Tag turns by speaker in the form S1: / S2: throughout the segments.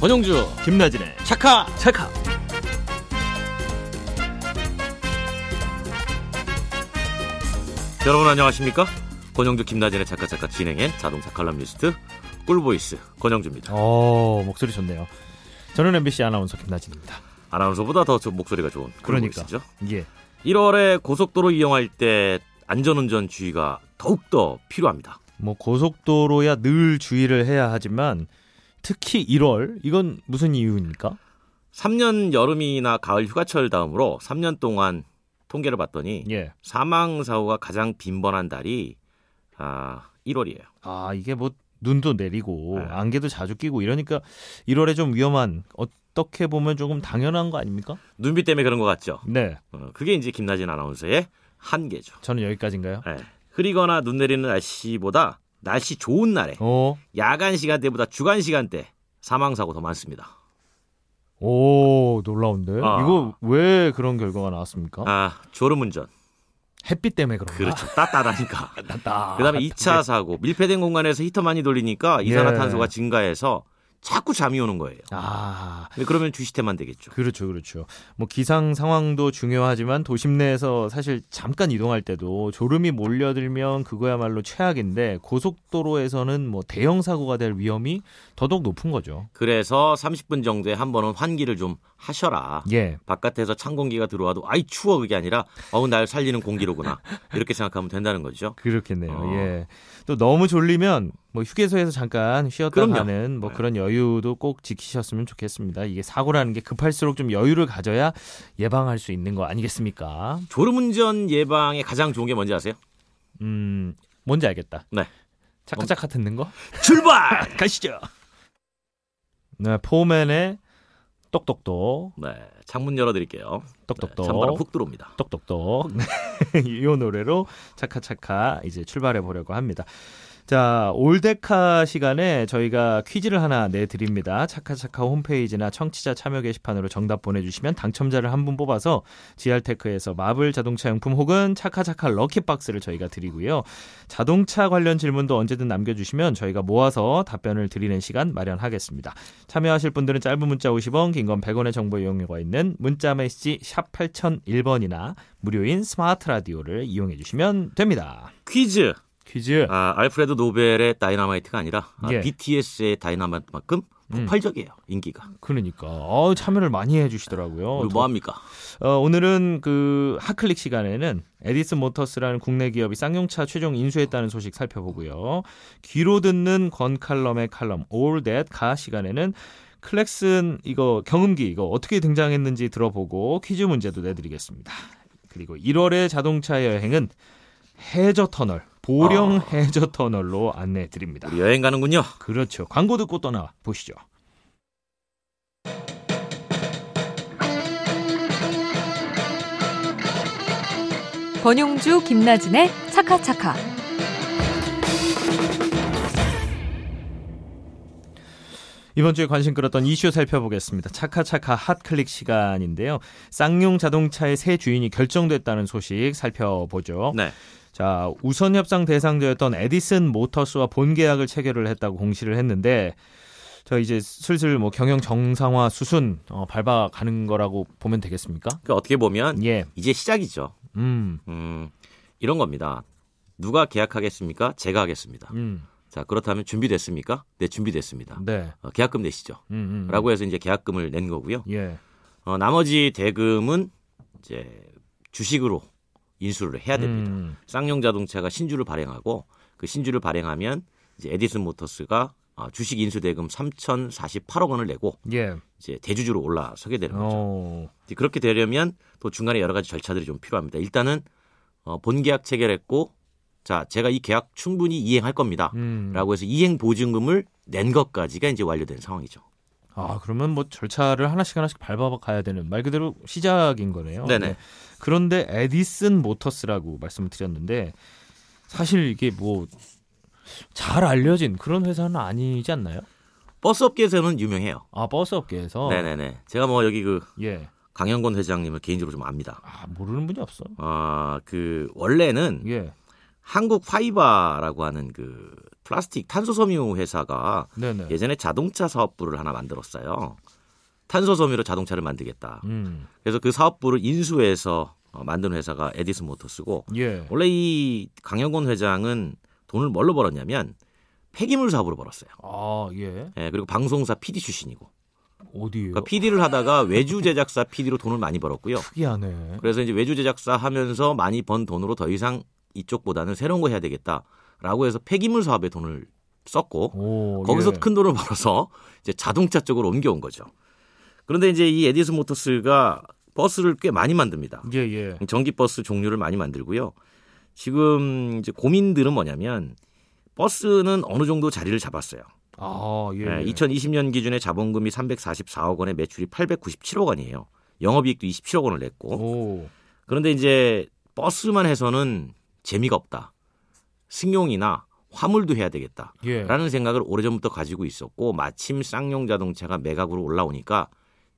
S1: 권영주
S2: 김나진의
S1: 차카
S2: 찰카
S1: 여러분 안녕하십니까 권영주 김나진의 차카 차카 진행의 자동차 칼럼니스트 꿀보이스 권영주입니다
S2: 어 목소리 좋네요 저는 MBC 아나운서 김나진입니다
S1: 아나운서보다 더 좀 목소리가 좋은
S2: 그러니까.
S1: 꿀보이스죠
S2: 예
S1: 1월에 고속도로 이용할 때 안전운전 주의가 더욱더 필요합니다
S2: 뭐 고속도로야 늘 주의를 해야 하지만 특히 1월 이건 무슨 이유입니까?
S1: 3년 여름이나 가을 휴가철 다음으로 3년 동안 통계를 봤더니
S2: 예.
S1: 사망 사고가 가장 빈번한 달이 아 1월이에요.
S2: 아 이게 뭐 눈도 내리고
S1: 네.
S2: 안개도 자주 끼고 이러니까 1월에 좀 위험한 어떻게 보면 조금 당연한 거 아닙니까?
S1: 눈비 때문에 그런 것 같죠.
S2: 네.
S1: 어, 그게 이제 김나진 아나운서의 한계죠.
S2: 저는 여기까지인가요?
S1: 예. 흐리거나 눈 내리는 날씨보다 날씨 좋은 날에
S2: 어.
S1: 야간 시간대보다 주간 시간대 사망 사고 더 많습니다.
S2: 오 놀라운데
S1: 아.
S2: 이거 왜 그런 결과가 나왔습니까?
S1: 아 졸음운전
S2: 햇빛 때문에 어? 그런가?
S1: 그렇죠. 따따다니까.
S2: 따따.
S1: 그다음에 2차 사고 밀폐된 공간에서 히터 많이 돌리니까 이산화탄소가 증가해서 자꾸 잠이 오는 거예요.
S2: 아
S1: 근데 그러면 주시태만 되겠죠.
S2: 그렇죠 그렇죠. 뭐 기상 상황도 중요하지만 도심 내에서 사실 잠깐 이동할 때도 졸음이 몰려들면 그거야말로 최악인데 고속도로에서는 뭐 대형 사고가 될 위험이 더더욱 높은 거죠.
S1: 그래서 30분 정도에 한 번은 환기를 좀 하셔라.
S2: 예.
S1: 바깥에서 찬 공기가 들어와도 아이 추워 그게 아니라 어우 날 살리는 공기로구나 이렇게 생각하면 된다는 거죠.
S2: 그렇겠네요.
S1: 어.
S2: 예. 또 너무 졸리면 뭐 휴게소에서 잠깐 쉬었다
S1: 그럼요. 네.
S2: 가는 뭐 그런 여유도 꼭 지키셨으면 좋겠습니다. 이게 사고라는 게 급할수록 좀 여유를 가져야 예방할 수 있는 거 아니겠습니까?
S1: 졸음운전 예방에 가장 좋은 게 뭔지 아세요?
S2: 음, 뭔지 알겠다.
S1: 네.
S2: 차카차카 듣는 거?
S1: 출발!
S2: 가시죠. 네, 포맨의 똑똑똑,
S1: 네, 창문 열어드릴게요. 네,
S2: 똑똑똑,
S1: 찬바람 훅 들어옵니다.
S2: 똑똑똑 이 노래로 차카차카 이제 출발해 보려고 합니다. 자, 올데카 시간에 저희가 퀴즈를 하나 내드립니다. 차카차카 홈페이지나 청취자 참여 게시판으로 정답 보내주시면 당첨자를 한 분 뽑아서 GR테크에서 마블 자동차 용품 혹은 차카차카 럭키박스를 저희가 드리고요. 자동차 관련 질문도 언제든 남겨주시면 저희가 모아서 답변을 드리는 시간 마련하겠습니다. 참여하실 분들은 짧은 문자 50원, 긴 건 100원의 정보 이용료가 있는 문자 메시지 샵 8001번이나 무료인 스마트 라디오를 이용해 주시면 됩니다.
S1: 퀴즈.
S2: 퀴즈.
S1: 아, 알프레드 노벨의 다이너마이트가 아니라 아,
S2: 네. 예. 음.
S1: BTS의 다이너마이트만큼 폭발적이에요. 인기가.
S2: 그러니까 어, 참여를 많이 해주시더라고요.
S1: 우리 뭐합니까?
S2: 어, 오늘은 그 핫클릭 시간에는 에디슨 모터스라는 국내 기업이 쌍용차 최종 인수했다는 소식 살펴보고요. 귀로 듣는 권 칼럼의 칼럼 All That 가 시간에는 클렉슨 이거 경음기 이거 어떻게 등장했는지 들어보고 퀴즈 문제도 내드리겠습니다. 그리고 1월의 자동차 여행은 해저 터널 보령 해저 터널로 안내해 드립니다.
S1: 아. 우리 여행 가는군요.
S2: 그렇죠. 광고 듣고 떠나 보시죠.
S3: 권용주 김나진의 차카차카
S2: 이번 주에 관심 끌었던 이슈 살펴보겠습니다. 차카차카 핫클릭 시간인데요. 쌍용 자동차의 새 주인이 결정됐다는 소식 살펴보죠.
S1: 네.
S2: 자, 우선 협상 대상자였던 에디슨 모터스와 본 계약을 체결을 했다고 공시를 했는데 저 이제 슬슬 뭐 경영 정상화 수순 어, 밟아가는 거라고 보면 되겠습니까?
S1: 그 어떻게 보면
S2: 예.
S1: 이제 시작이죠.
S2: 음.
S1: 음, 이런 겁니다. 누가 계약하겠습니까? 제가 하겠습니다.
S2: 음.
S1: 자, 그렇다면 준비됐습니까? 네, 준비됐습니다.
S2: 네.
S1: 어, 계약금 내시죠.
S2: 음. 음.
S1: 라고 해서 이제 계약금을 낸 거고요.
S2: 예.
S1: 어, 나머지 대금은 이제 주식으로 인수를 해야 됩니다.
S2: 음.
S1: 쌍용 자동차가 신주를 발행하고 그 신주를 발행하면 이제 에디슨 모터스가 어, 주식 인수 대금 3,048억 원을 내고
S2: 예.
S1: 이제 대주주로 올라서게 되는 거죠.
S2: 어.
S1: 이제 그렇게 되려면 또 중간에 여러 가지 절차들이 좀 필요합니다. 일단은 어, 본계약 체결했고 자 제가 이 계약 충분히 이행할 겁니다.
S2: 음.
S1: 라고 해서 이행 보증금을 낸 것까지가 이제 완료된 상황이죠.
S2: 아 그러면 뭐 절차를 하나씩 하나씩 밟아가야 되는 말 그대로 시작인 거네요.
S1: 네네.
S2: 네. 그런데 에디슨 모터스라고 말씀을 드렸는데 사실 이게 뭐 잘 알려진 그런 회사는 아니지 않나요?
S1: 버스 업계에서는 유명해요.
S2: 아 버스 업계에서
S1: 네네네. 제가 뭐 여기 그
S2: 예.
S1: 강영권 회장님을 개인적으로 좀 압니다.
S2: 아 모르는 분이 없어.
S1: 아, 그 원래는
S2: 예.
S1: 한국 파이바라고 하는 그 플라스틱 탄소 섬유 회사가
S2: 네네.
S1: 예전에 자동차 사업부를 하나 만들었어요. 탄소 섬유로 자동차를 만들겠다.
S2: 음.
S1: 그래서 그 사업부를 인수해서 어, 만든 회사가 에디슨 모터스고
S2: 예.
S1: 원래 이 강영곤 회장은 돈을 뭘로 벌었냐면 폐기물 사업으로 벌었어요.
S2: 아, 예.
S1: 예, 그리고 방송사 PD 출신이고
S2: 어디에요?
S1: 그러니까 PD를 하다가 외주 제작사 PD로 돈을 많이 벌었고요.
S2: 특이하네.
S1: 그래서 이제 외주 제작사 하면서 많이 번 돈으로 더 이상 이쪽보다는 새로운 거 해야 되겠다라고 해서 폐기물 사업에 돈을 썼고
S2: 오,
S1: 거기서
S2: 예.
S1: 큰 돈을 벌어서 이제 자동차 쪽으로 옮겨온 거죠. 그런데 이제 이 에디슨 모터스가 버스를 꽤 많이 만듭니다.
S2: 예, 예.
S1: 전기 버스 종류를 많이 만들고요. 지금 이제 고민들은 뭐냐면 버스는 어느 정도 자리를 잡았어요.
S2: 아, 예.
S1: 예,
S2: 예.
S1: 2020년 기준에 자본금이 344억 원에 매출이 897억 원이에요. 영업이익도 27억 원을 냈고
S2: 오.
S1: 그런데 이제 버스만 해서는 재미가 없다. 승용이나 화물도 해야 되겠다.
S2: 예.
S1: 라는 생각을 오래전부터 가지고 있었고 마침 쌍용 자동차가 매각으로 올라오니까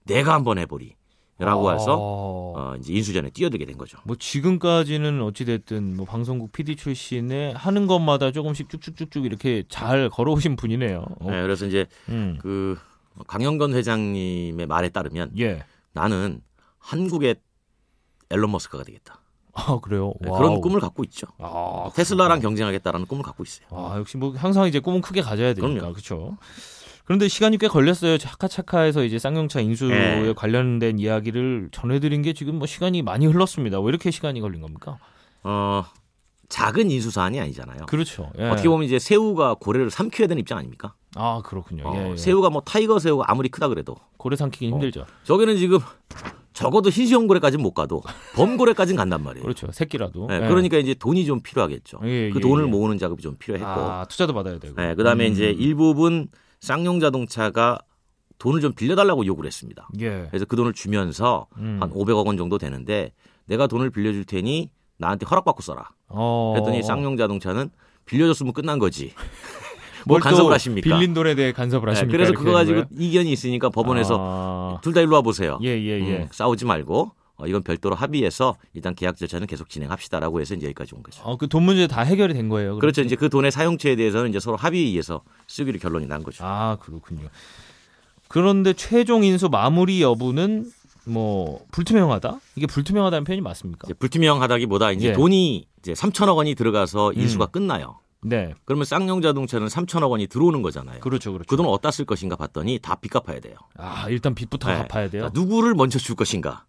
S1: 내가 한번 해보리 라고 해서
S2: 아.
S1: 어, 이제 인수전에 뛰어들게 된 거죠.
S2: 뭐 지금까지는 어찌 됐든 뭐 방송국 PD 출신에 하는 것마다 조금씩 쭉쭉쭉쭉 이렇게 잘 걸어오신 분이네요. 어,
S1: 네, 그래서 이제
S2: 음.
S1: 그 강영건 회장님의 말에 따르면
S2: 예.
S1: 나는 한국의 앨런 머스크가 되겠다.
S2: 아, 그래요.
S1: 네,
S2: 와우.
S1: 그런 꿈을 갖고 있죠.
S2: 아,
S1: 테슬라랑 경쟁하겠다라는 꿈을 갖고 있어요.
S2: 아, 역시 뭐 항상 이제 꿈은 크게 가져야 되니까.
S1: 그럼요.
S2: 그렇죠. 그런데 시간이 꽤 걸렸어요. 차카차카에서 이제 쌍용차 인수에
S1: 예.
S2: 관련된 이야기를 전해드린 게 지금 뭐 시간이 많이 흘렀습니다. 왜 이렇게 시간이 걸린 겁니까?
S1: 어, 작은 인수 사안이 아니잖아요.
S2: 그렇죠. 예.
S1: 어떻게 보면 이제 새우가 고래를 삼켜야 되는 입장 아닙니까?
S2: 아 그렇군요.
S1: 어,
S2: 예, 예.
S1: 새우가 뭐 타이거 새우가 아무리 크다 그래도
S2: 고래 삼키긴
S1: 어.
S2: 힘들죠.
S1: 저기는 지금 적어도 흰수염고래까지는 못 가도 범고래까지는 간단 말이에요.
S2: 그렇죠. 새끼라도.
S1: 네,
S2: 예.
S1: 그러니까 이제 돈이 좀 필요하겠죠.
S2: 예,
S1: 그
S2: 예,
S1: 돈을
S2: 예.
S1: 모으는 작업이 좀 필요했고,
S2: 아, 투자도 받아야 되고.
S1: 네, 그다음에
S2: 음.
S1: 이제 일부분 쌍용 자동차가 돈을 좀 빌려달라고 요구를 했습니다.
S2: 예.
S1: 그래서 그 돈을 주면서
S2: 음.
S1: 한 500억 원 정도 되는데 내가 돈을 빌려줄 테니 나한테 허락받고 써라.
S2: 어.
S1: 그랬더니 쌍용 자동차는 빌려줬으면 끝난 거지.
S2: 뭘
S1: 뭘
S2: 또
S1: 뭐 간섭을 하십니까?
S2: 빌린 돈에 대해 간섭을
S1: 네,
S2: 하십니까?
S1: 그래서
S2: 이렇게
S1: 그거
S2: 되는
S1: 가지고
S2: 거예요?
S1: 이견이 있으니까 법원에서
S2: 아.
S1: 둘 다 일로 와보세요.
S2: 예, 예, 예.
S1: 음, 싸우지 말고 어, 이건 별도로 합의해서 일단 계약 절차는 계속 진행합시다라고 해서 이제 여기까지 온 거죠.
S2: 어, 그 돈 문제 다 해결이 된 거예요. 그럼?
S1: 그렇죠. 이제 그 돈의 사용처에 대해서는 이제 서로 합의해서 쓰기로 결론이 난 거죠.
S2: 아, 그렇군요. 그런데 최종 인수 마무리 여부는 뭐 불투명하다? 이게 불투명하다는 표현이 맞습니까?
S1: 이제 불투명하다기보다 이제
S2: 예.
S1: 돈이 이제 3천억 원이 들어가서 인수가
S2: 음.
S1: 끝나요.
S2: 네.
S1: 그러면 쌍용자동차는 3천억 원이 들어오는 거잖아요.
S2: 그렇죠. 그렇죠.
S1: 그 돈을 어디다 쓸 것인가 봤더니 다 빚 갚아야 돼요.
S2: 아, 일단 빚부터
S1: 네.
S2: 갚아야 돼요.
S1: 그러니까 누구를 먼저 줄 것인가.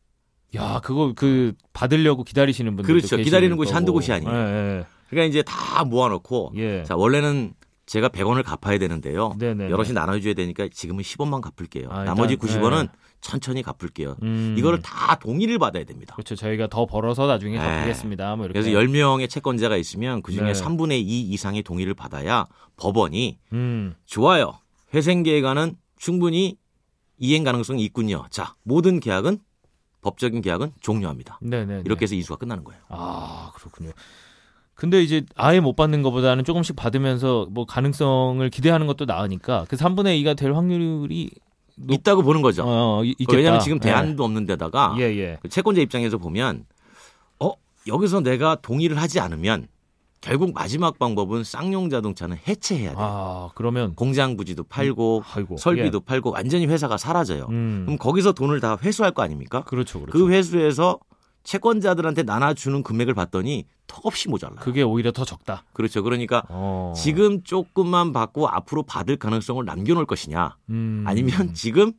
S2: 야, 그거 그 받으려고 기다리시는 분들
S1: 그렇죠. 기다리는 곳이 한두 곳이 아니에요.
S2: 예,
S1: 그러니까 이제 다 모아놓고
S2: 예. 예.
S1: 자 원래는 제가 100원을 갚아야 되는데요.
S2: 네네.
S1: 여럿이 나눠줘야 되니까 지금은 10원만 갚을게요.
S2: 아, 일단,
S1: 나머지 90원은
S2: 네.
S1: 천천히 갚을게요.
S2: 음.
S1: 이거를 다 동의를 받아야 됩니다.
S2: 그렇죠. 저희가 더 벌어서 나중에
S1: 네.
S2: 갚겠습니다. 뭐 이렇게.
S1: 그래서 10명의 채권자가 있으면 그중에
S2: 네.
S1: 3분의 2 이상의 동의를 받아야 법원이
S2: 음.
S1: 좋아요. 회생 계획안은 충분히 이행 가능성이 있군요. 자, 모든 계약은 법적인 계약은 종료합니다.
S2: 네, 네.
S1: 이렇게 해서 이수가 끝나는 거예요.
S2: 아, 그렇군요. 근데 이제 아예 못 받는 것보다는 조금씩 받으면서 뭐 가능성을 기대하는 것도 나으니까 그 3분의 2가 될 확률이 높-
S1: 있다고 보는 거죠.
S2: 어, 이- 있겠다.
S1: 왜냐하면 지금
S2: 예.
S1: 대안도 없는 데다가
S2: 예, 예.
S1: 그 채권자 입장에서 보면 어 여기서 내가 동의를 하지 않으면 결국 마지막 방법은 쌍용 자동차는 해체해야 돼. 요
S2: 아, 그러면
S1: 공장 부지도 팔고
S2: 아이고.
S1: 설비도 팔고 완전히 회사가 사라져요.
S2: 예. 음.
S1: 그럼 거기서 돈을 다 회수할 거 아닙니까?
S2: 그렇죠.
S1: 그
S2: 그렇죠.
S1: 회수해서 채권자들한테 나눠주는 금액을 봤더니 턱없이 모자라.
S2: 그... 게 오히려 더 적다.
S1: 그렇죠. 그러니까
S2: 어.
S1: 지금 조금만 받고 앞으로 받을 가능성을 남겨놓을 것이냐,
S2: 음.
S1: 아니면 지금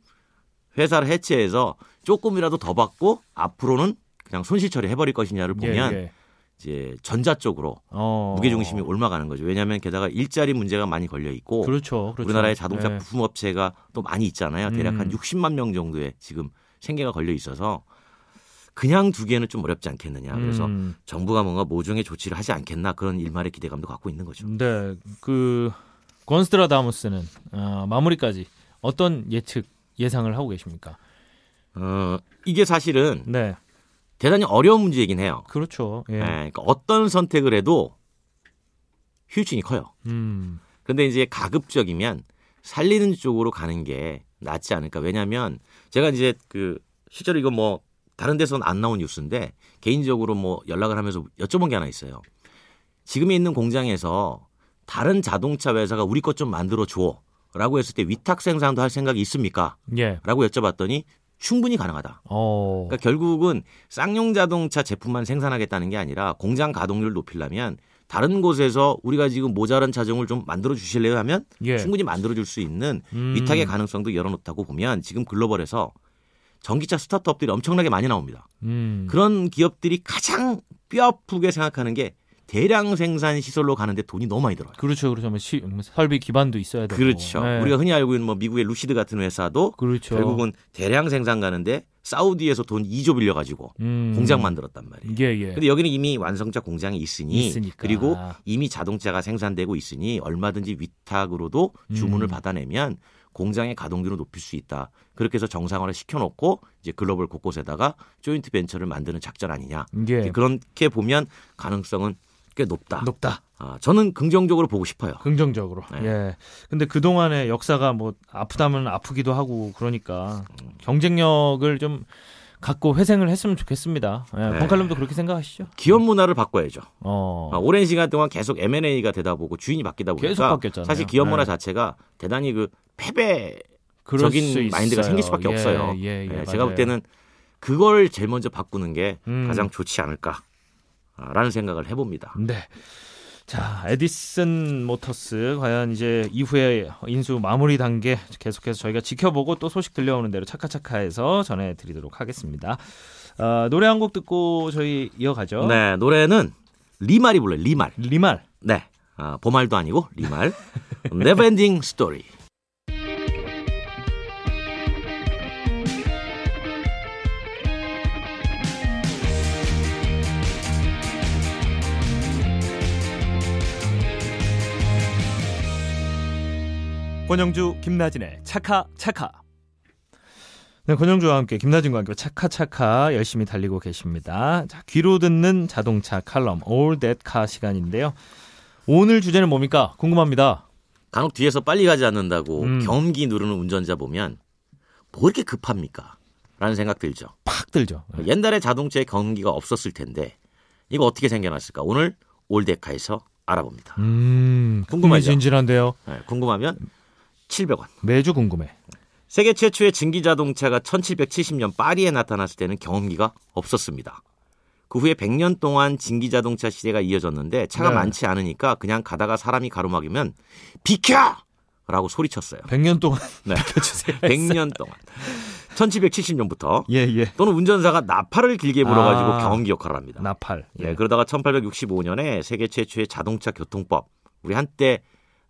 S1: 회사를 해체해서 조금이라도 더 받고 앞으로는 그냥 손실 처리해버릴 것이냐를
S2: 예,
S1: 보면
S2: 예.
S1: 이제 전자 쪽으로
S2: 어.
S1: 무게중심이 올라가는 거죠. 왜냐하면 게다가 일자리 문제가 많이 걸려 있고
S2: 그렇죠. 그렇죠.
S1: 우리나라의 자동차
S2: 예.
S1: 부품 업체가 또 많이 있잖아요. 대략
S2: 음.
S1: 한 60만 명 정도의 지금 생계가 걸려 있어서 그냥 두기에는 좀 어렵지 않겠느냐. 그래서
S2: 음.
S1: 정부가 뭔가 모종의 조치를 하지 않겠나 그런 일말의 기대감도 갖고 있는 거죠.
S2: 네, 그 권스트라다무스는 어, 마무리까지 어떤 예측 예상을 하고 계십니까?
S1: 어, 이게 사실은
S2: 네,
S1: 대단히 어려운 문제이긴 해요.
S2: 그렇죠. 예.
S1: 예, 그러니까 어떤 선택을 해도 후유증이 커요.
S2: 음,
S1: 근데 이제 가급적이면 살리는 쪽으로 가는 게 낫지 않을까. 왜냐하면 제가 이제 그 실제로 이거 뭐 다른 데서는 안 나온 뉴스인데 개인적으로 뭐 연락을 하면서 여쭤본 게 하나 있어요. 지금에 있는 공장에서 다른 자동차 회사가 우리 것 좀 만들어 줘라고 했을 때 위탁 생산도 할 생각이 있습니까?
S2: 예.
S1: 라고 여쭤봤더니 충분히 가능하다.
S2: 어.
S1: 그러니까 결국은 쌍용 자동차 제품만 생산하겠다는 게 아니라 공장 가동률 높이려면 다른 곳에서 우리가 지금 모자란 자정을 좀 만들어 주실래요 하면
S2: 예.
S1: 충분히 만들어 줄 수 있는
S2: 음.
S1: 위탁의 가능성도 열어놓다고 보면 지금 글로벌에서 전기차 스타트업들이 엄청나게 많이 나옵니다.
S2: 음.
S1: 그런 기업들이 가장 뼈아프게 생각하는 게 대량 생산 시설로 가는데 돈이 너무 많이 들어요.
S2: 그렇죠. 그렇죠. 뭐 시, 뭐 설비 기반도 있어야 되고.
S1: 그렇죠.
S2: 네.
S1: 우리가 흔히 알고 있는 뭐 미국의 루시드 같은 회사도
S2: 그렇죠.
S1: 결국은 대량 생산 가는데 사우디에서 돈 2조 빌려 가지고
S2: 음.
S1: 공장 만들었단 말이에요.
S2: 예, 예.
S1: 근데 여기는 이미 완성차 공장이 있으니
S2: 있으니까.
S1: 그리고 이미 자동차가 생산되고 있으니 얼마든지 위탁으로도 주문을
S2: 음.
S1: 받아내면 공장의 가동률을 높일 수 있다. 그렇게 해서 정상화를 시켜놓고 이제 글로벌 곳곳에다가 조인트 벤처를 만드는 작전 아니냐.
S2: 예.
S1: 그렇게 보면 가능성은 꽤 높다.
S2: 높다. 그,
S1: 아, 저는 긍정적으로 보고 싶어요.
S2: 긍정적으로.
S1: 네.
S2: 예. 근데 그 동안의 역사가 뭐 아프다면 아프기도 하고 그러니까 경쟁력을 좀 갖고 회생을 했으면 좋겠습니다. 예.
S1: 네.
S2: 번칼럼도 그렇게 생각하시죠?
S1: 기업 문화를 바꿔야죠.
S2: 어.
S1: 아, 오랜 시간 동안 계속 M&A가 되다 보고 주인이 바뀌다 보니까
S2: 계속 바뀌었잖아요.
S1: 사실 기업 문화
S2: 네.
S1: 자체가 대단히 그 패배
S2: 그럴
S1: 적인
S2: 수 있어요.
S1: 마인드가 생길 수밖에
S2: 예,
S1: 없어요.
S2: 예, 예,
S1: 예,
S2: 맞아요.
S1: 제가 볼 때는 그걸 제일 먼저 바꾸는 게
S2: 음.
S1: 가장 좋지 않을까라는 생각을 해봅니다.
S2: 네. 자, 에디슨 모터스 과연 이제 이후에 인수 마무리 단계 계속해서 저희가 지켜보고 또 소식 들려오는 대로 차카차카에서 전해드리도록 하겠습니다. 아, 노래 한 곡 듣고 저희 이어가죠.
S1: 네, 노래는 리말이 불러요. 리말.
S2: 리말.
S1: 네, 아, 보말도 아니고 리말. 네버엔딩 스토리.
S2: 권영주 김나진의 차카 차카. 네, 권영주와 함께 김나진과 함께 차카 차카 열심히 달리고 계십니다. 자, 귀로 듣는 자동차 칼럼 All That Car 시간인데요. 오늘 주제는 뭡니까? 궁금합니다.
S1: 간혹 뒤에서 빨리 가지 않는다고
S2: 음.
S1: 경기 누르는 운전자 보면 뭐 이렇게 급합니까? 라는 생각 들죠.
S2: 팍 들죠.
S1: 옛날에 자동차에 경기가 없었을 텐데 이거 어떻게 생겨났을까? 오늘 올데카에서 알아봅니다.
S2: 음,
S1: 궁금하죠?
S2: 진진한데요.
S1: 네, 궁금하면 700원.
S2: 매주 궁금해.
S1: 세계 최초의 증기 자동차가 1770년 파리에 나타났을 때는 경험기가 없었습니다. 그 후에 100년 동안 증기 자동차 시대가 이어졌는데 차가
S2: 네.
S1: 많지 않으니까 그냥 가다가 사람이 가로막으면 비켜! 라고 소리쳤어요.
S2: 100년 동안
S1: 네.
S2: 주세요.
S1: 100년 동안. 1770년부터
S2: 예, 예.
S1: 또는 운전사가 나팔을 길게 불어가지고
S2: 아.
S1: 경험기 역할을 합니다.
S2: 나팔.
S1: 예, 그러다가 1865년에 세계 최초의 자동차 교통법, 우리 한때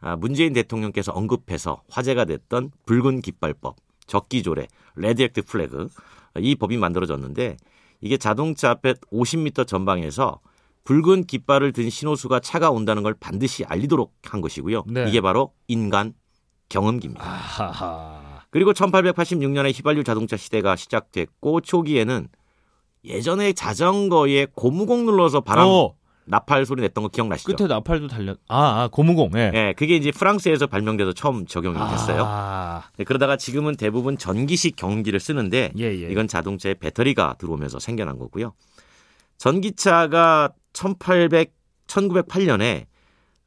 S1: 아, 문재인 대통령께서 언급해서 화제가 됐던 붉은 깃발법, 적기조례, 레드 액트 플래그 아, 이 법이 만들어졌는데 이게 자동차 앞에 50m 전방에서 붉은 깃발을 든 신호수가 차가 온다는 걸 반드시 알리도록 한 것이고요.
S2: 네.
S1: 이게 바로 인간 경험기입니다.
S2: 아하하.
S1: 그리고 1886년에 휘발유 자동차 시대가 시작됐고 초기에는 예전에 자전거에 고무공 눌러서 바람
S2: 어,
S1: 나팔 소리 냈던 거 기억나시죠?
S2: 끝에 나팔도 달려. 아, 아 고무공. 예.
S1: 예, 그게 이제 프랑스에서 발명돼서 처음 적용이 됐어요.
S2: 아,
S1: 네, 그러다가 지금은 대부분 전기식 경기를 쓰는데
S2: 예, 예.
S1: 이건 자동차에 배터리가 들어오면서 생겨난 거고요. 전기차가 1800, 1908년에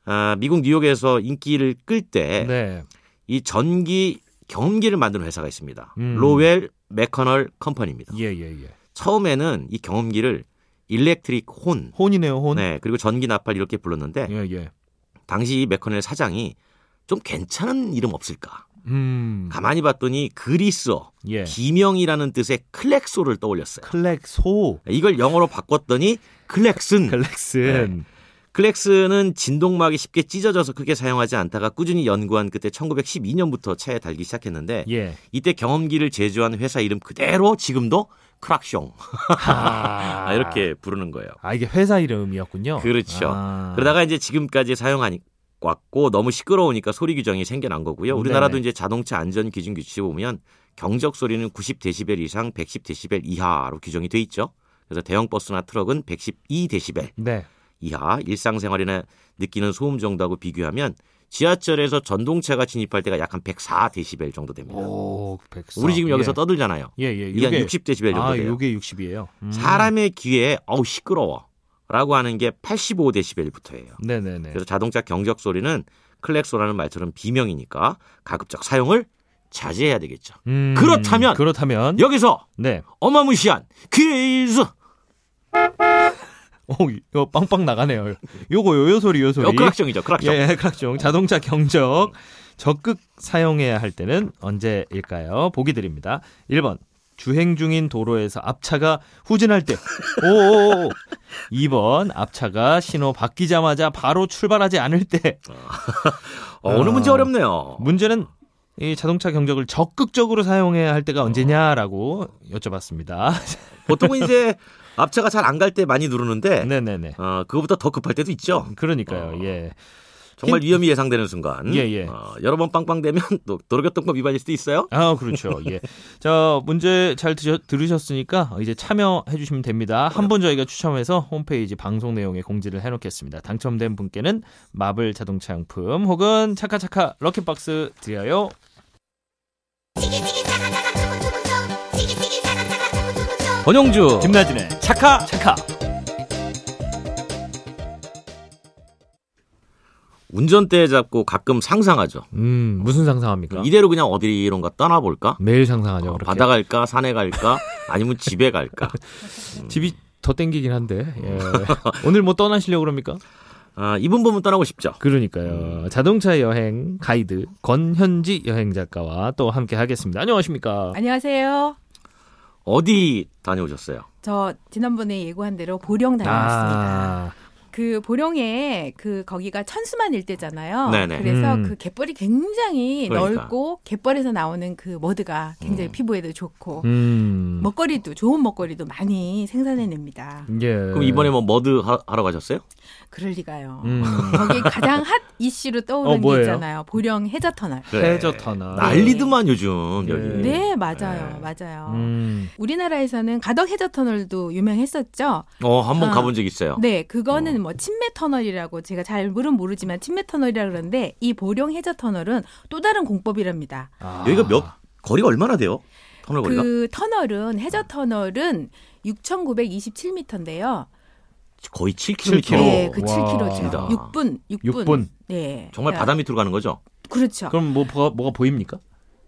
S1: 아, 미국 뉴욕에서 인기를 끌 때 이
S2: 네.
S1: 전기 경험기를 만드는 회사가 있습니다.
S2: 음.
S1: 로웰 메커널 컴퍼니입니다.
S2: 예, 예, 예.
S1: 처음에는 이 경험기를 일렉트릭 혼,
S2: 혼이네요, 혼.
S1: 네, 그리고 전기 나팔 이렇게 불렀는데
S2: 예, 예.
S1: 당시 이 메커넬 사장이 좀 괜찮은 이름 없을까?
S2: 음.
S1: 가만히 봤더니 그리스어
S2: 예.
S1: 기명이라는 뜻의 클렉소를 떠올렸어요.
S2: 클렉소.
S1: 이걸 영어로 바꿨더니 클렉슨.
S2: 클렉슨.
S1: 클렉슨은 진동막이 쉽게 찢어져서 크게 사용하지 않다가 꾸준히 연구한 그때 1912년부터 차에 달기 시작했는데
S2: 예.
S1: 이때 경험기를 제조한 회사 이름 그대로 지금도 크락숑
S2: 아,
S1: 아, 이렇게 부르는 거예요.
S2: 아, 이게 회사 이름이었군요.
S1: 그렇죠.
S2: 아.
S1: 그러다가 이제 지금까지 사용하고 너무 시끄러우니까 소리 규정이 생겨난 거고요. 우리나라도
S2: 네네.
S1: 이제 자동차 안전 기준 규칙에 보면 경적 소리는 90데시벨 이상 110데시벨 이하로 규정이 돼 있죠. 그래서 대형 버스나 트럭은 112데시벨
S2: 네.
S1: 이하 일상생활이나 느끼는 소음 정도하고 비교하면 지하철에서 전동차가 진입할 때가 약 한 104데시벨 정도 됩니다.
S2: 오, 백사.
S1: 우리 지금 여기서
S2: 어, 예.
S1: 떠들잖아요.
S2: 예, 예.
S1: 이게 한
S2: 요게-
S1: 60데시벨 정도
S2: 아,
S1: 돼요.
S2: 요게 60이에요.
S1: 사람의 귀에 어우 시끄러워 라고 하는 게 85데시벨부터예요.
S2: 네네네.
S1: 그래서 자동차 경적 소리는 클렉소라는 말처럼 비명이니까 가급적 사용을 자제해야 되겠죠.
S2: 음,
S1: 그렇다면-
S2: 그렇다면
S1: 여기서
S2: 네.
S1: 어마무시한 퀴즈
S2: 어, 이거 빵빵 나가네요. 요거 요요 소리 요 소리.
S1: 역학정이죠. 크락정.
S2: 예, 예, 크락종. 자동차 경적 적극 사용해야 할 때는 언제일까요? 보기 드립니다. 1번. 주행 중인 도로에서 앞차가 후진할 때. 오. 2번. 앞차가 신호 바뀌자마자 바로 출발하지 않을 때.
S1: 어, 느
S2: 아.
S1: 문제 어렵네요.
S2: 문제는 이 자동차 경적을 적극적으로 사용해야 할 때가 언제냐라고 여쭤봤습니다.
S1: 보통은 이제 앞차가 잘 안 갈 때 많이 누르는데
S2: 네, 음. 네, 네.
S1: 어, 그거보다 더 급할 때도 있죠.
S2: 그러니까요.
S1: 어.
S2: 예.
S1: 정말 위험이 예상되는 순간.
S2: 예, 예.
S1: 어, 여러 번 빵빵되면 또 도로교통법 위반일 수도 있어요.
S2: 아, 그렇죠. 예. 자, 문제 잘 드셔, 들으셨으니까 이제 참여해 주시면 됩니다. 한 분 저희가 추첨해서 홈페이지 방송 내용에 공지를 해 놓겠습니다. 당첨된 분께는 마블 자동차 용품 혹은 차카차카 럭키박스 드려요.
S1: 권영주
S2: 김나진의
S1: 차카
S2: 차카.
S1: 운전대 잡고 가끔 상상하죠.
S2: 음, 무슨 상상합니까?
S1: 이대로 그냥 어디론가 떠나볼까?
S2: 매일 상상하죠.
S1: 어,
S2: 그렇게.
S1: 바다 갈까? 산에 갈까? 아니면 집에 갈까?
S2: 집이 더 땡기긴 한데. 예. 음. 오늘 뭐 떠나시려고 그럽니까?
S1: 아, 이분 보면 떠나고 싶죠.
S2: 그러니까요. 자동차 여행 가이드 권현지 여행 작가와 또 함께 하겠습니다. 안녕하십니까?
S4: 안녕하세요.
S1: 어디 다녀오셨어요?
S4: 저 지난번에 예고한 대로 보령 다녀왔습니다.
S2: 아,
S4: 그 보령에 그 거기가 천수만 일대잖아요.
S1: 네네.
S4: 그래서
S2: 음.
S4: 그 갯벌이 굉장히
S1: 그러니까.
S4: 넓고 갯벌에서 나오는 그 머드가 굉장히 피부에도 좋고
S2: 음.
S4: 먹거리도 좋은 먹거리도 많이 생산해냅니다.
S2: 예.
S1: 그럼
S4: 네.
S1: 이번에 뭐 머드 하, 러 가셨어요?
S4: 그럴 리가요.
S2: 음.
S4: 거기 가장 핫 이슈로
S2: 어,
S4: 떠오르는
S2: 뭐예요?
S4: 게 있잖아요. 보령 해저터널.
S2: 네. 해저터널.
S4: 아,
S1: 난리드만 요즘
S2: 네.
S1: 여기.
S4: 네, 맞아요. 맞아요.
S2: 음.
S4: 우리나라에서는 가덕 해저터널도 유명했었죠.
S1: 어, 한번
S4: 아.
S1: 가본 적 있어요.
S4: 네, 그거는 뭐 친매 터널이라고 제가 잘 물은 모르지만 친매 터널이라 그러는데 이 보령 해저 터널은 또 다른 공법이랍니다.
S2: 아.
S1: 여기가 몇 거리가 얼마나 돼요? 터널 거리가?
S4: 그 터널은 해저 터널은 6,927m인데요.
S1: 거의 7km.
S2: 킬로.
S4: 네, 그
S2: 와.
S4: 7km죠.
S1: 진짜.
S4: 6분, 6분.
S2: 6분.
S4: 네.
S1: 정말 바다 밑으로 가는 거죠?
S4: 그렇죠.
S2: 그럼 뭐 뭐가, 뭐가 보입니까?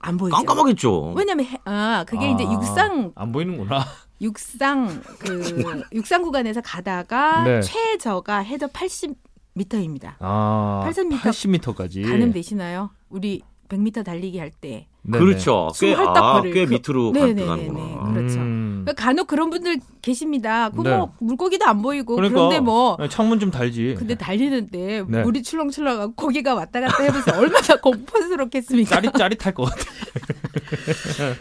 S4: 안 보이죠.
S1: 깜깜하겠죠.
S4: 왜냐면 해- 아, 그게 이제
S2: 아,
S4: 육상
S2: 안 보이는구나.
S4: 육상 그 육상 구간에서 가다가
S2: 네.
S4: 최저가 해저 80m입니다.
S2: 아.
S4: 80m.
S2: 80m
S1: 예.
S2: 까지.
S4: 가늠되시나요? 우리 100m 달리기 할 때.
S2: 네네.
S1: 그렇죠. 꽤,
S4: 숨 헐떡
S1: 아,
S4: 거릴
S1: 꽤
S4: 그-
S1: 밑으로 가-
S4: 네네네네.
S1: 가는구나.
S4: 그렇죠.
S2: 음.
S4: 그러니까 간혹 그런 분들 계십니다. 그뭐
S2: 네.
S4: 물고기도 안 보이고 그
S2: 그러니까.
S4: 런데뭐
S2: 창문 좀 달지.
S4: 근데 달리는데
S2: 네.
S4: 물이 출렁출렁하고 고기가 왔다 갔다 해면서 얼마나 공포스럽겠습니까?
S2: 짜릿 짜릿할 것 같아.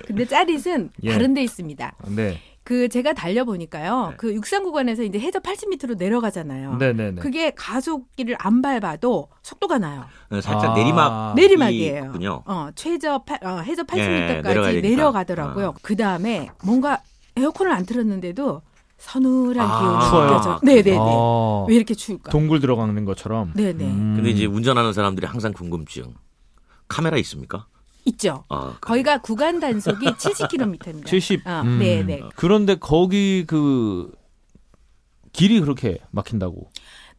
S4: 근데 짜릿은
S2: 예.
S4: 다른 데 있습니다.
S2: 네.
S4: 그 제가 달려 보니까요. 그 육상 구간에서 이제 해저 80m로 내려가잖아요.
S2: 네, 네, 네.
S4: 그게 가속기를 안 밟아도 속도가 나요.
S1: 네, 살짝
S2: 아.
S1: 내리막.
S4: 그렇죠. 내리막이에요.
S1: 군요.
S4: 어, 최저 팔- 어, 해저
S1: 예, 내려가야
S4: 80m까지
S1: 되니까.
S2: 아.
S4: 내려가더라고요. 그 다음에 뭔가 에어컨을 안 틀었는데도 서늘한
S1: 아,
S4: 기온이
S2: 추워요.
S4: 느껴져. 네네네.
S2: 아.
S4: 왜 이렇게 추울까?
S2: 동굴 들어가는 것처럼.
S4: 네네.
S2: 음.
S1: 근데 이제 운전하는 사람들이 항상 궁금증. 카메라 있습니까?
S4: 있죠.
S1: 아, 그-
S4: 거기가 구간 단속이 70km입니다.
S2: 70.
S4: 어,
S2: 음.
S4: 네네.
S2: 그런데 거기 그 길이 그렇게 막힌다고.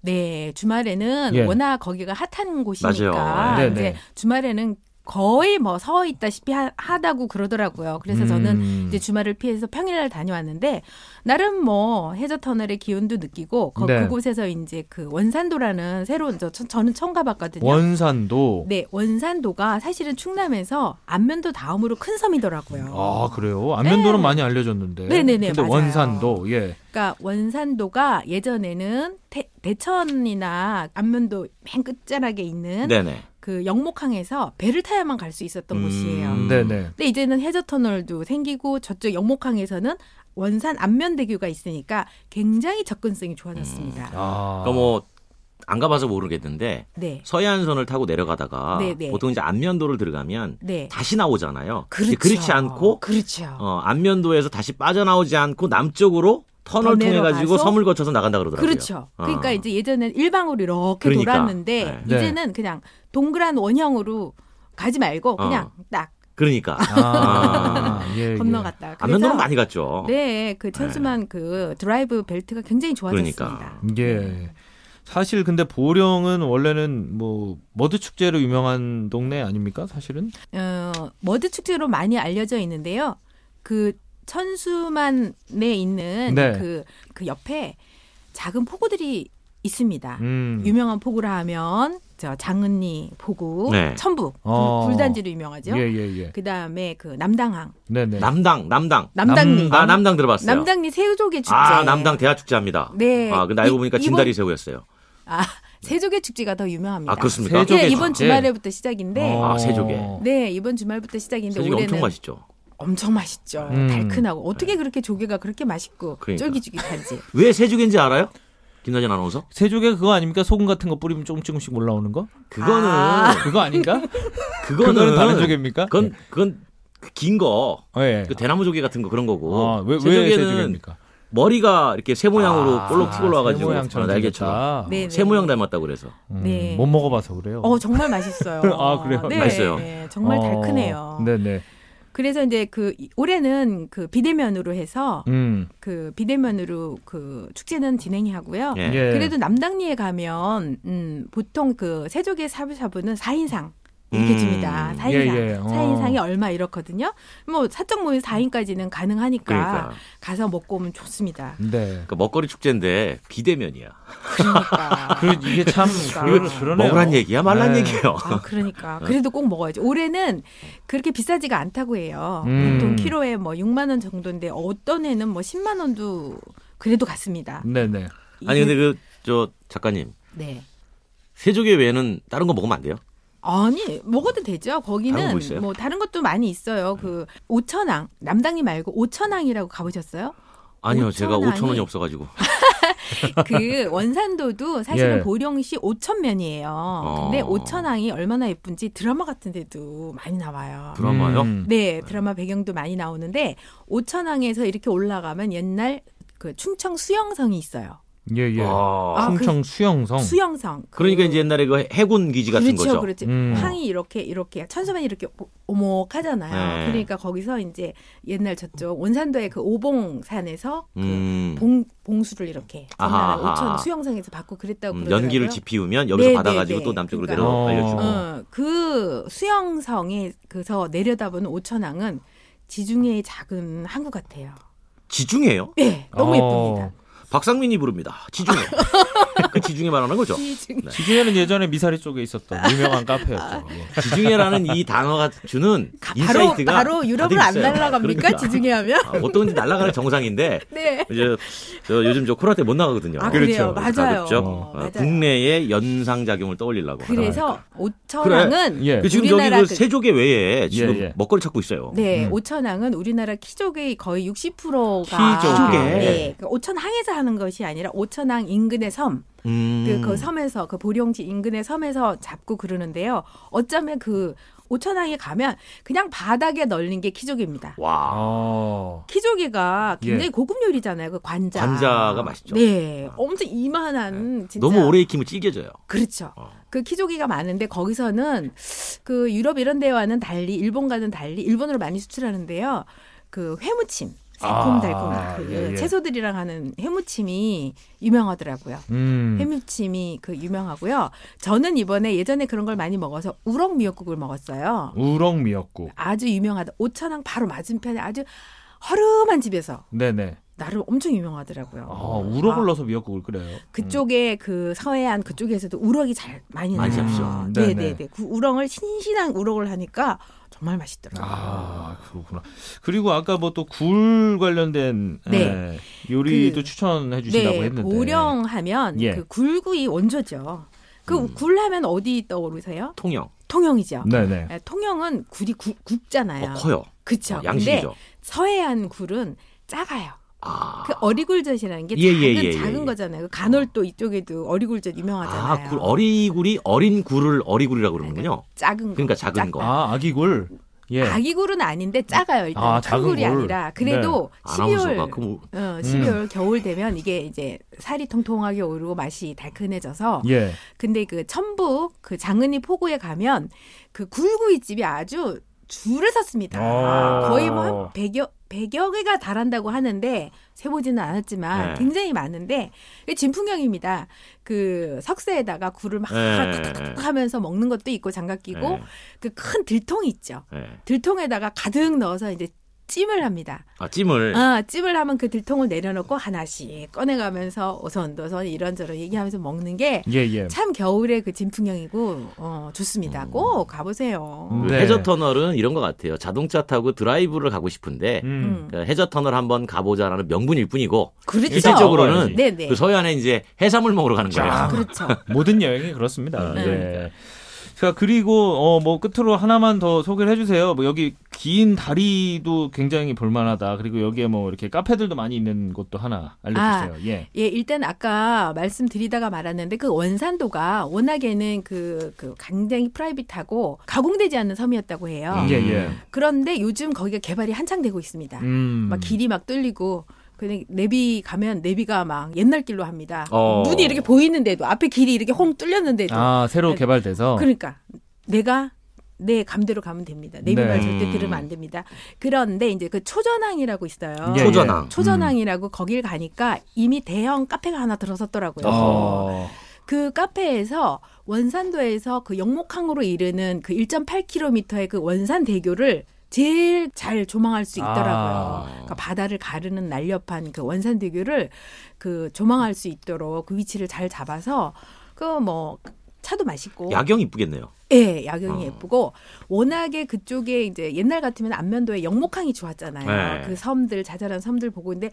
S4: 네. 주말에는
S2: 예.
S4: 워낙 거기가 핫한 곳이니까
S1: 맞아요.
S2: 네네.
S4: 이제 주말에는 거의 뭐 서 있다시피 하, 하다고 그러더라고요. 그래서 저는
S2: 음.
S4: 이제 주말을 피해서 평일날 다녀왔는데 나름 뭐 해저 터널의 기운도 느끼고 거-
S2: 네.
S4: 그곳에서 이제 그 원산도라는 새로운 저 저- 저는 처음 가봤거든요.
S2: 원산도.
S4: 네, 원산도가 사실은 충남에서 안면도 다음으로 큰 섬이더라고요.
S2: 아 그래요? 안면도는
S4: 네.
S2: 많이 알려졌는데.
S4: 네네네,
S2: 근데
S4: 맞아요.
S2: 원산도 예.
S4: 그러니까 원산도가 예전에는 태- 대천이나 안면도 맨 끝자락에 있는
S1: 네네.
S4: 그 영목항에서 배를 타야만 갈 수 있었던
S1: 음.
S4: 곳이에요.
S1: 음.
S2: 네네.
S4: 근데 이제는 해저 터널도 생기고 저쪽 영목항에서는 원산 안면대교가 있으니까 굉장히 접근성이 좋아졌습니다.
S2: 아.
S1: 그러니까 뭐안 가봐서 모르겠는데
S4: 네,
S1: 서해안선을 타고 내려가다가
S4: 네네.
S1: 보통 이제 안면도를 들어가면
S4: 네.
S1: 다시 나오잖아요. 근데
S4: 그렇죠.
S1: 그렇지 않고
S4: 그렇죠.
S1: 어, 안면도에서 다시 빠져나오지 않고 남쪽으로 터널
S4: 더
S1: 통해 가지고
S4: 내려가서?
S1: 섬을 거쳐서 나간다 그러더라고요.
S4: 그렇죠.
S1: 어.
S4: 그러니까 이제 예전엔 일방으로 이렇게
S1: 그러니까.
S4: 네. 돌았는데
S2: 네.
S1: 어.
S4: 이제는 그냥 동그란 원형으로 가지 말고 그냥 딱
S1: 그러니까
S2: 아,
S4: 네,
S2: 예, 예.
S4: 건너갔다.
S1: 안면도로
S4: 그래서
S1: 많이 갔죠.
S4: 네, 그 천수만 그 드라이브 벨트가 굉장히
S1: 그러니까.
S4: 좋아졌습니다. 네.
S2: 예. 사실 근데 보령은 원래는 뭐 머드 축제로 유명한 동네 아닙니까? 사실은
S4: 어, 머드 축제로 많이 알려져 있는데요. 그 천수만에 있는
S2: 네.
S4: 그, 그 옆에 작은 포구들이 있습니다.
S2: 음.
S4: 유명한 포구라 하면 저 장은리 포구,
S1: 네.
S4: 천북 불-
S2: 어.
S4: 불단지로 유명하죠.
S2: 예, 예, 예.
S4: 그 다음에 그 남당항,
S2: 네네.
S1: 남당, 남당.
S4: 남당리,
S1: 아, 남당 들어봤어요.
S4: 남당리 새우조개 축제.
S1: 아, 남당 대하 축제합니다.
S4: 네.
S1: 아, 근데 알고
S4: 이-
S1: 보니까
S4: 이번-
S1: 진다리 새우였어요.
S4: 아, 새조개 축제가 더 유명합니다.
S1: 아, 그렇습니까?
S2: 새조개
S4: 예, 이번
S2: 축제.
S4: 주말에부터 시작인데,
S1: 어. 아, 새조개.
S4: 네, 이번 주말부터 시작인데
S1: 새우가
S4: 올해는
S1: 엄청 맛있죠. 네.
S4: 엄청 맛있죠.
S2: 음.
S4: 달큰하고 어떻게 그렇게 조개가 그렇게 맛있고
S1: 그러니까.
S4: 쫄깃쫄깃한지.
S1: 왜 새죽인지 알아요? 김나진 아나운서?
S2: 새조개 그거 아닙니까? 소금 같은 거 뿌리면 조금 조금씩 올라오는 거?
S1: 그거는
S4: 아.
S2: 그거 아닌가?
S1: 그거는
S2: 그거는 다른 조개입니까?
S1: 그건 그건 긴 거.
S2: 예. 예.
S1: 그 대나무 조개 같은 거 그런 거고.
S2: 아, 왜, 왜
S1: 새조개는
S2: 새조개입니까?
S1: 머리가 이렇게 새 모양으로
S2: 아,
S1: 볼록 튀고 올라와가지고
S2: 새 모양처럼
S1: 아, 날개처럼
S2: 생겼다.
S4: 네,
S1: 새 모양 닮았다고 그래서
S2: 음,
S4: 네.
S2: 못 먹어봐서 그래요.
S4: 어 정말 맛있어요.
S2: 아, 그래요?
S4: 네,
S1: 맛있어요.
S4: 네, 정말
S2: 어,
S4: 달큰해요.
S2: 네네.
S4: 그래서 이제 그 이- 올해는 그 비대면으로 해서
S2: 음.
S4: 그 비대면으로 그 축제는 진행이 하고요.
S1: 예.
S2: 예.
S4: 그래도 남당리에 가면 음, 보통 그 새조개 샤브샤브는 4인상 이렇게
S1: 음.
S4: 줍니다. 4인상.
S2: 예, 예. 어.
S4: 4인상이 얼마 이렇거든요. 뭐 사적 모임 4인까지는 가능하니까
S1: 그러니까.
S4: 가서 먹고 오면 좋습니다.
S2: 네.
S1: 그러니까 먹거리 축제인데 비대면이야.
S4: 그러니까.
S2: 그 이게 참
S4: 그러니까.
S2: 그러, 그러네요.
S1: 먹으란 얘기야, 말란
S2: 네.
S1: 얘기예요.
S4: 아, 그러니까. 그래도 꼭 먹어야지. 올해는 그렇게 비싸지가 않다고 해요.
S2: 음.
S4: 보통 키로에 뭐 6만 원 정도인데 어떤 해는 뭐 10만 원도 그래도 갔습니다.
S2: 네네.
S1: 아니 근데
S4: 이게-
S1: 그 저 작가님
S4: 네.
S1: 새조개 외에는 다른 거 먹으면 안 돼요?
S4: 아니 먹어도 되죠.
S1: 다른
S4: 거기는
S1: 거 있어요?
S4: 뭐 다른 것도 많이 있어요. 그 오천항 남당리 말고 오천항이라고 가보셨어요?
S1: 아니요,
S4: 오천
S1: 제가
S4: 원이-
S1: 5천 원이 없어가지고.
S4: 그 원산도도 사실은
S2: 예.
S4: 보령시 오천면이에요. 근데
S1: 어.
S4: 오천항이 얼마나 예쁜지 드라마 같은 데도 많이 나와요.
S1: 드라마요?
S2: 음.
S4: 네, 드라마 배경도 많이 나오는데 오천항에서 이렇게 올라가면 옛날 그 충청 수영성이 있어요.
S2: 예, 예.
S1: 아,
S4: 아,
S2: 충청 수영성.
S4: 수영성. 그-
S1: 그러니까 이제 옛날에 그 해군 기지 같은
S4: 그렇죠,
S1: 거죠.
S4: 그렇죠.
S2: 음.
S4: 항이 이렇게 이렇게 천수만이 이렇게 오- 오목하잖아요.
S1: 네.
S4: 그러니까 거기서 이제 옛날 저쪽 원산도의 그 오봉산에서 그
S1: 음,
S4: 봉 봉수를 이렇게
S1: 아하,
S4: 전날 오천
S1: 아하.
S4: 수영성에서 받고 그랬다고
S1: 음,
S4: 그러더라고요.
S1: 연기를 지피우면 여기서
S4: 네,
S1: 받아가지고
S4: 네,
S1: 또 남쪽으로
S4: 그러니까.
S1: 내려 알려주고.
S4: 어, 그 수영성에 그서 내려다보는 오천항은 지중해의 작은 항구 같아요.
S1: 지중해요?
S4: 예,
S2: 어.
S1: 어.
S4: 너무 예쁩니다.
S1: 박상민이 부릅니다. 지중해. 그 지중해 말하는 거죠.
S4: 지중-
S2: 지중해는 예전에 미사리 쪽에 있었던 유명한 카페였죠. 예.
S1: 지중해라는 이 단어가 주는
S4: 가- 바로
S1: 인사이트가
S4: 바로 유럽을 안
S1: 다들 있어요.
S4: 날라갑니까
S1: 그러니까.
S4: 지중해 하면?
S1: 아, 어떤지 날아가는 정상인데
S4: 네.
S1: 이제 저 요즘 저 코로나 때못 나가거든요.
S4: 아
S2: 그렇죠.
S4: 그래요, 맞아요.
S1: 그렇죠. 어,
S4: 어, 맞아요.
S1: 국내의 연상 작용을 떠올리려고.
S4: 그래서 오천항은
S2: 예.
S1: 그 지금 저기
S4: 우리나라
S1: 그
S4: 그-
S1: 세조개 외에 지금
S2: 예, 예.
S1: 먹거리 찾고 있어요.
S4: 네
S2: 음.
S4: 오천항은 우리나라 키조개의 거의 60%가
S2: 키조개.
S4: 네, 그 오천항에서 하는 것이 아니라 오천항 인근의 섬,
S1: 음.
S4: 그, 그 섬에서 그 보령지 인근의 섬에서 잡고 그러는데요. 어쩌면 그 오천항에 가면 그냥 바닥에 널린 게 키조개입니다.
S1: 와.
S2: 아.
S4: 키조개가 굉장히
S2: 예.
S4: 고급 요리잖아요. 그 관자.
S1: 관자가 맛있죠.
S4: 네, 엄청 이만한 진짜.
S1: 너무 오래 익히면 질겨져요.
S4: 그렇죠.
S1: 어.
S4: 그 키조개가 많은데 거기서는 그 유럽 이런 데와는 달리 일본과는 달리 일본으로 많이 수출하는데요. 그 회무침 새콤달콤
S2: 아,
S4: 그
S2: 예, 예.
S4: 채소들이랑 하는 회무침이 유명하더라고요.
S2: 음.
S4: 회무침이 그 유명하고요. 저는 이번에 예전에 그런 걸 많이 먹어서 우럭 미역국을 먹었어요.
S2: 우럭 미역국.
S4: 아주 유명하다. 오천항 바로 맞은편에 아주 허름한 집에서
S2: 네네.
S4: 나름 엄청 유명하더라고요.
S2: 아, 우럭을
S4: 아,
S2: 넣어서 미역국을 끓여요.
S4: 그쪽에 그 서해안 그쪽에서도 우럭이 잘 많이
S1: 많이
S4: 나요.
S1: 잡죠.
S2: 네네.
S4: 네네네. 그 우럭을 신신한 우럭을 하니까 정말 맛있더라고요.
S2: 아 그렇구나. 그리고 아까 뭐 또 굴 관련된
S4: 네.
S2: 예, 요리도
S4: 그-
S2: 추천해 주신다고
S4: 네,
S2: 했는데.
S4: 보령하면
S2: 예.
S4: 그 굴구이 원조죠. 그
S1: 음.
S4: 굴하면 어디 떠오르세요?
S1: 통영. 어,
S4: 통영이죠.
S2: 네네.
S4: 예, 통영은 굴이 굵- 굵잖아요.
S1: 어, 커요.
S4: 그쵸.
S1: 어,
S4: 근데
S1: 양식이죠.
S4: 서해안 굴은 작아요.
S1: 아.
S4: 그 어리굴젓이라는 게
S1: 예, 예,
S4: 작은
S1: 예, 예,
S4: 작은
S1: 예.
S4: 거잖아요. 그 간월도 이쪽에도 어리굴젓 유명하잖아요.
S1: 아, 굴 어리굴이 어린 굴을 어리굴이라고
S4: 네,
S1: 그러는군요.
S4: 작은 거.
S1: 그러니까 작은 거.
S2: 아 아기굴. 예.
S4: 아기굴은 아닌데 작아요. 일단
S2: 아,
S4: 아, 큰
S2: 작은
S4: 굴이
S2: 굴. 네.
S4: 아니라 그래도
S1: 아나운서가
S4: 12월
S1: 그 뭐,
S4: 어, 12월
S2: 음.
S4: 겨울 되면 이게 이제 살이 통통하게 오르고 맛이 달큰해져서
S2: 예.
S4: 근데 그 천북 그 장은이 포구에 가면 그 굴구이 집이 아주 줄을 섰습니다.
S2: 아.
S4: 거의 뭐 한 100여, 100여 개가 달한다고 하는데 세보지는
S1: 네.
S4: 않았지만 굉장히 많은데 이게 진풍경입니다. 그 석쇠에다가 굴을 막
S1: 네.
S4: 하면서 먹는 것도 있고 장갑 끼고
S1: 네.
S4: 그 큰 들통 있죠.
S1: 네.
S4: 들통에다가 가득 넣어서 이제 찜을 합니다.
S1: 아 찜을
S4: 아, 찜을 하면 그 들통을 내려놓고 하나씩 꺼내가면서 어선도선 이런저런 얘기하면서 먹는 게
S2: 예, 예.
S4: 참 겨울에 그 진풍경이고 어, 좋습니다.
S1: 네. 음.
S4: 꼭 가보세요.
S2: 음.
S1: 그
S2: 네.
S1: 해저 터널은 이런 것 같아요. 자동차 타고 드라이브를 가고 싶은데
S2: 음.
S4: 음.
S1: 그 해저 터널 한번 가보자라는 명분일 뿐이고
S4: 그렇죠.
S1: 실질적으로는
S4: 네네.
S1: 그 아. 서해안에 이제 해산물 먹으러 가는
S2: 자.
S1: 거예요.
S4: 그렇죠.
S2: 모든 여행이 그렇습니다.
S1: 아,
S4: 음.
S2: 네.
S1: 그러니까요.
S2: 자 그리고 어 뭐 끝으로 하나만 더 소개를 해주세요. 뭐 여기 긴 다리도 굉장히 볼만하다. 그리고 여기에 뭐 이렇게 카페들도 많이 있는 곳도 하나 알려주세요. 예.
S4: 예, 일단 아까 말씀드리다가 말았는데 그 원산도가 워낙에는 그, 그 굉장히 프라이빗하고 가공되지 않는 섬이었다고 해요.
S1: 음.
S2: 예, 예.
S4: 그런데 요즘 거기가 개발이 한창 되고 있습니다.
S2: 음.
S4: 막 길이 막 뚫리고 그냥 내비 가면 내비가 막 옛날 길로 합니다.
S1: 어.
S4: 눈이 이렇게 보이는데도 앞에 길이 이렇게 홍 뚫렸는데도
S2: 아 새로 개발돼서.
S4: 그러니까 내가 내 감대로 가면 됩니다. 내비
S2: 네.
S4: 말 절대
S1: 음.
S4: 들으면 안 됩니다. 그런데 이제 그 초전항이라고 있어요.
S2: 예,
S1: 초전항.
S2: 예.
S4: 초전항이라고 거길 가니까 이미 대형 카페가 하나 들어섰더라고요.
S2: 음. 어.
S4: 그 카페에서 원산도에서 그 영목항으로 이르는 그 1.8km의 그 원산 대교를 제일 잘 조망할 수 있더라고요.
S1: 아.
S4: 그러니까 바다를 가르는 날렵한 그 원산 대교를 그 조망할 수 있도록 그 위치를 잘 잡아서 그 뭐 차도 맛있고
S1: 야경 이쁘겠네요.
S4: 예, 야경이
S1: 어.
S4: 예쁘고 워낙에 그쪽에 이제 옛날 같으면 안면도에 영목항이 좋았잖아요.
S1: 네.
S4: 그 섬들 자잘한 섬들 보고 근데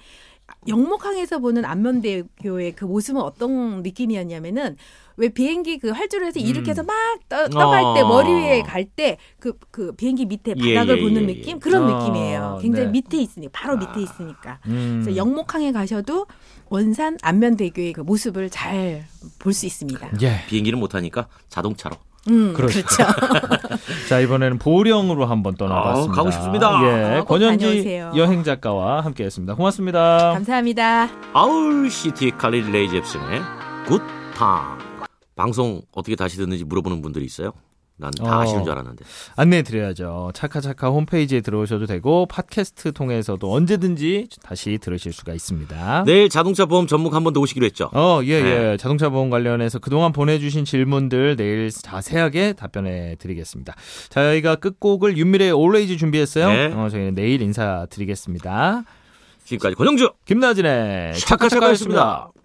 S4: 영목항에서 보는 안면대교의 그 모습은 어떤 느낌이었냐면은 왜 비행기 그 활주로에서 이륙해서 막 떠, 떠갈 때
S1: 음. 어.
S4: 머리 위에 갈 때 그 그 비행기 밑에
S1: 예,
S4: 바닥을
S1: 예,
S4: 보는
S1: 예,
S4: 느낌
S1: 예.
S4: 그런
S2: 아,
S4: 느낌이에요. 굉장히
S2: 네.
S4: 밑에 있으니까 바로
S1: 아.
S4: 밑에 있으니까.
S2: 음.
S4: 그래서 영목항에 가셔도 원산 안면대교의 그 모습을 잘 볼 수 있습니다.
S2: 예.
S1: 비행기를 못 타니까 자동차로.
S4: 음,
S2: 그렇죠.
S4: 그렇죠.
S2: 자 이번에는 보령으로 한번 떠나봤습니다.
S1: 아, 가고 싶습니다.
S2: 예.
S4: 아, 꼭
S2: 권현지
S4: 다녀오세요.
S2: 여행 작가와 함께했습니다. 고맙습니다.
S4: 감사합니다.
S1: 아울 시티 칼릴 레이 잽슨의 굿 타. 방송 어떻게 다시 듣는지 물어보는 분들이 있어요. 난 다
S2: 어.
S1: 아시는 줄 알았는데.
S2: 안내해드려야죠. 차카차카 홈페이지에 들어오셔도 되고 팟캐스트 통해서도 언제든지 다시 들으실 수가 있습니다.
S1: 내일 자동차 보험 전목 한 번 더 오시기로 했죠.
S2: 어, 예,
S1: 네.
S2: 예. 자동차 보험 관련해서 그동안 보내주신 질문들 내일 자세하게 답변해 드리겠습니다. 저희가 끝곡을 윤미래의 Always 준비했어요.
S1: 네.
S2: 어, 저희는 내일 인사드리겠습니다.
S1: 지금까지 권영주
S2: 김나진의
S1: 차카차카였습니다.
S2: 차카차카였습니다.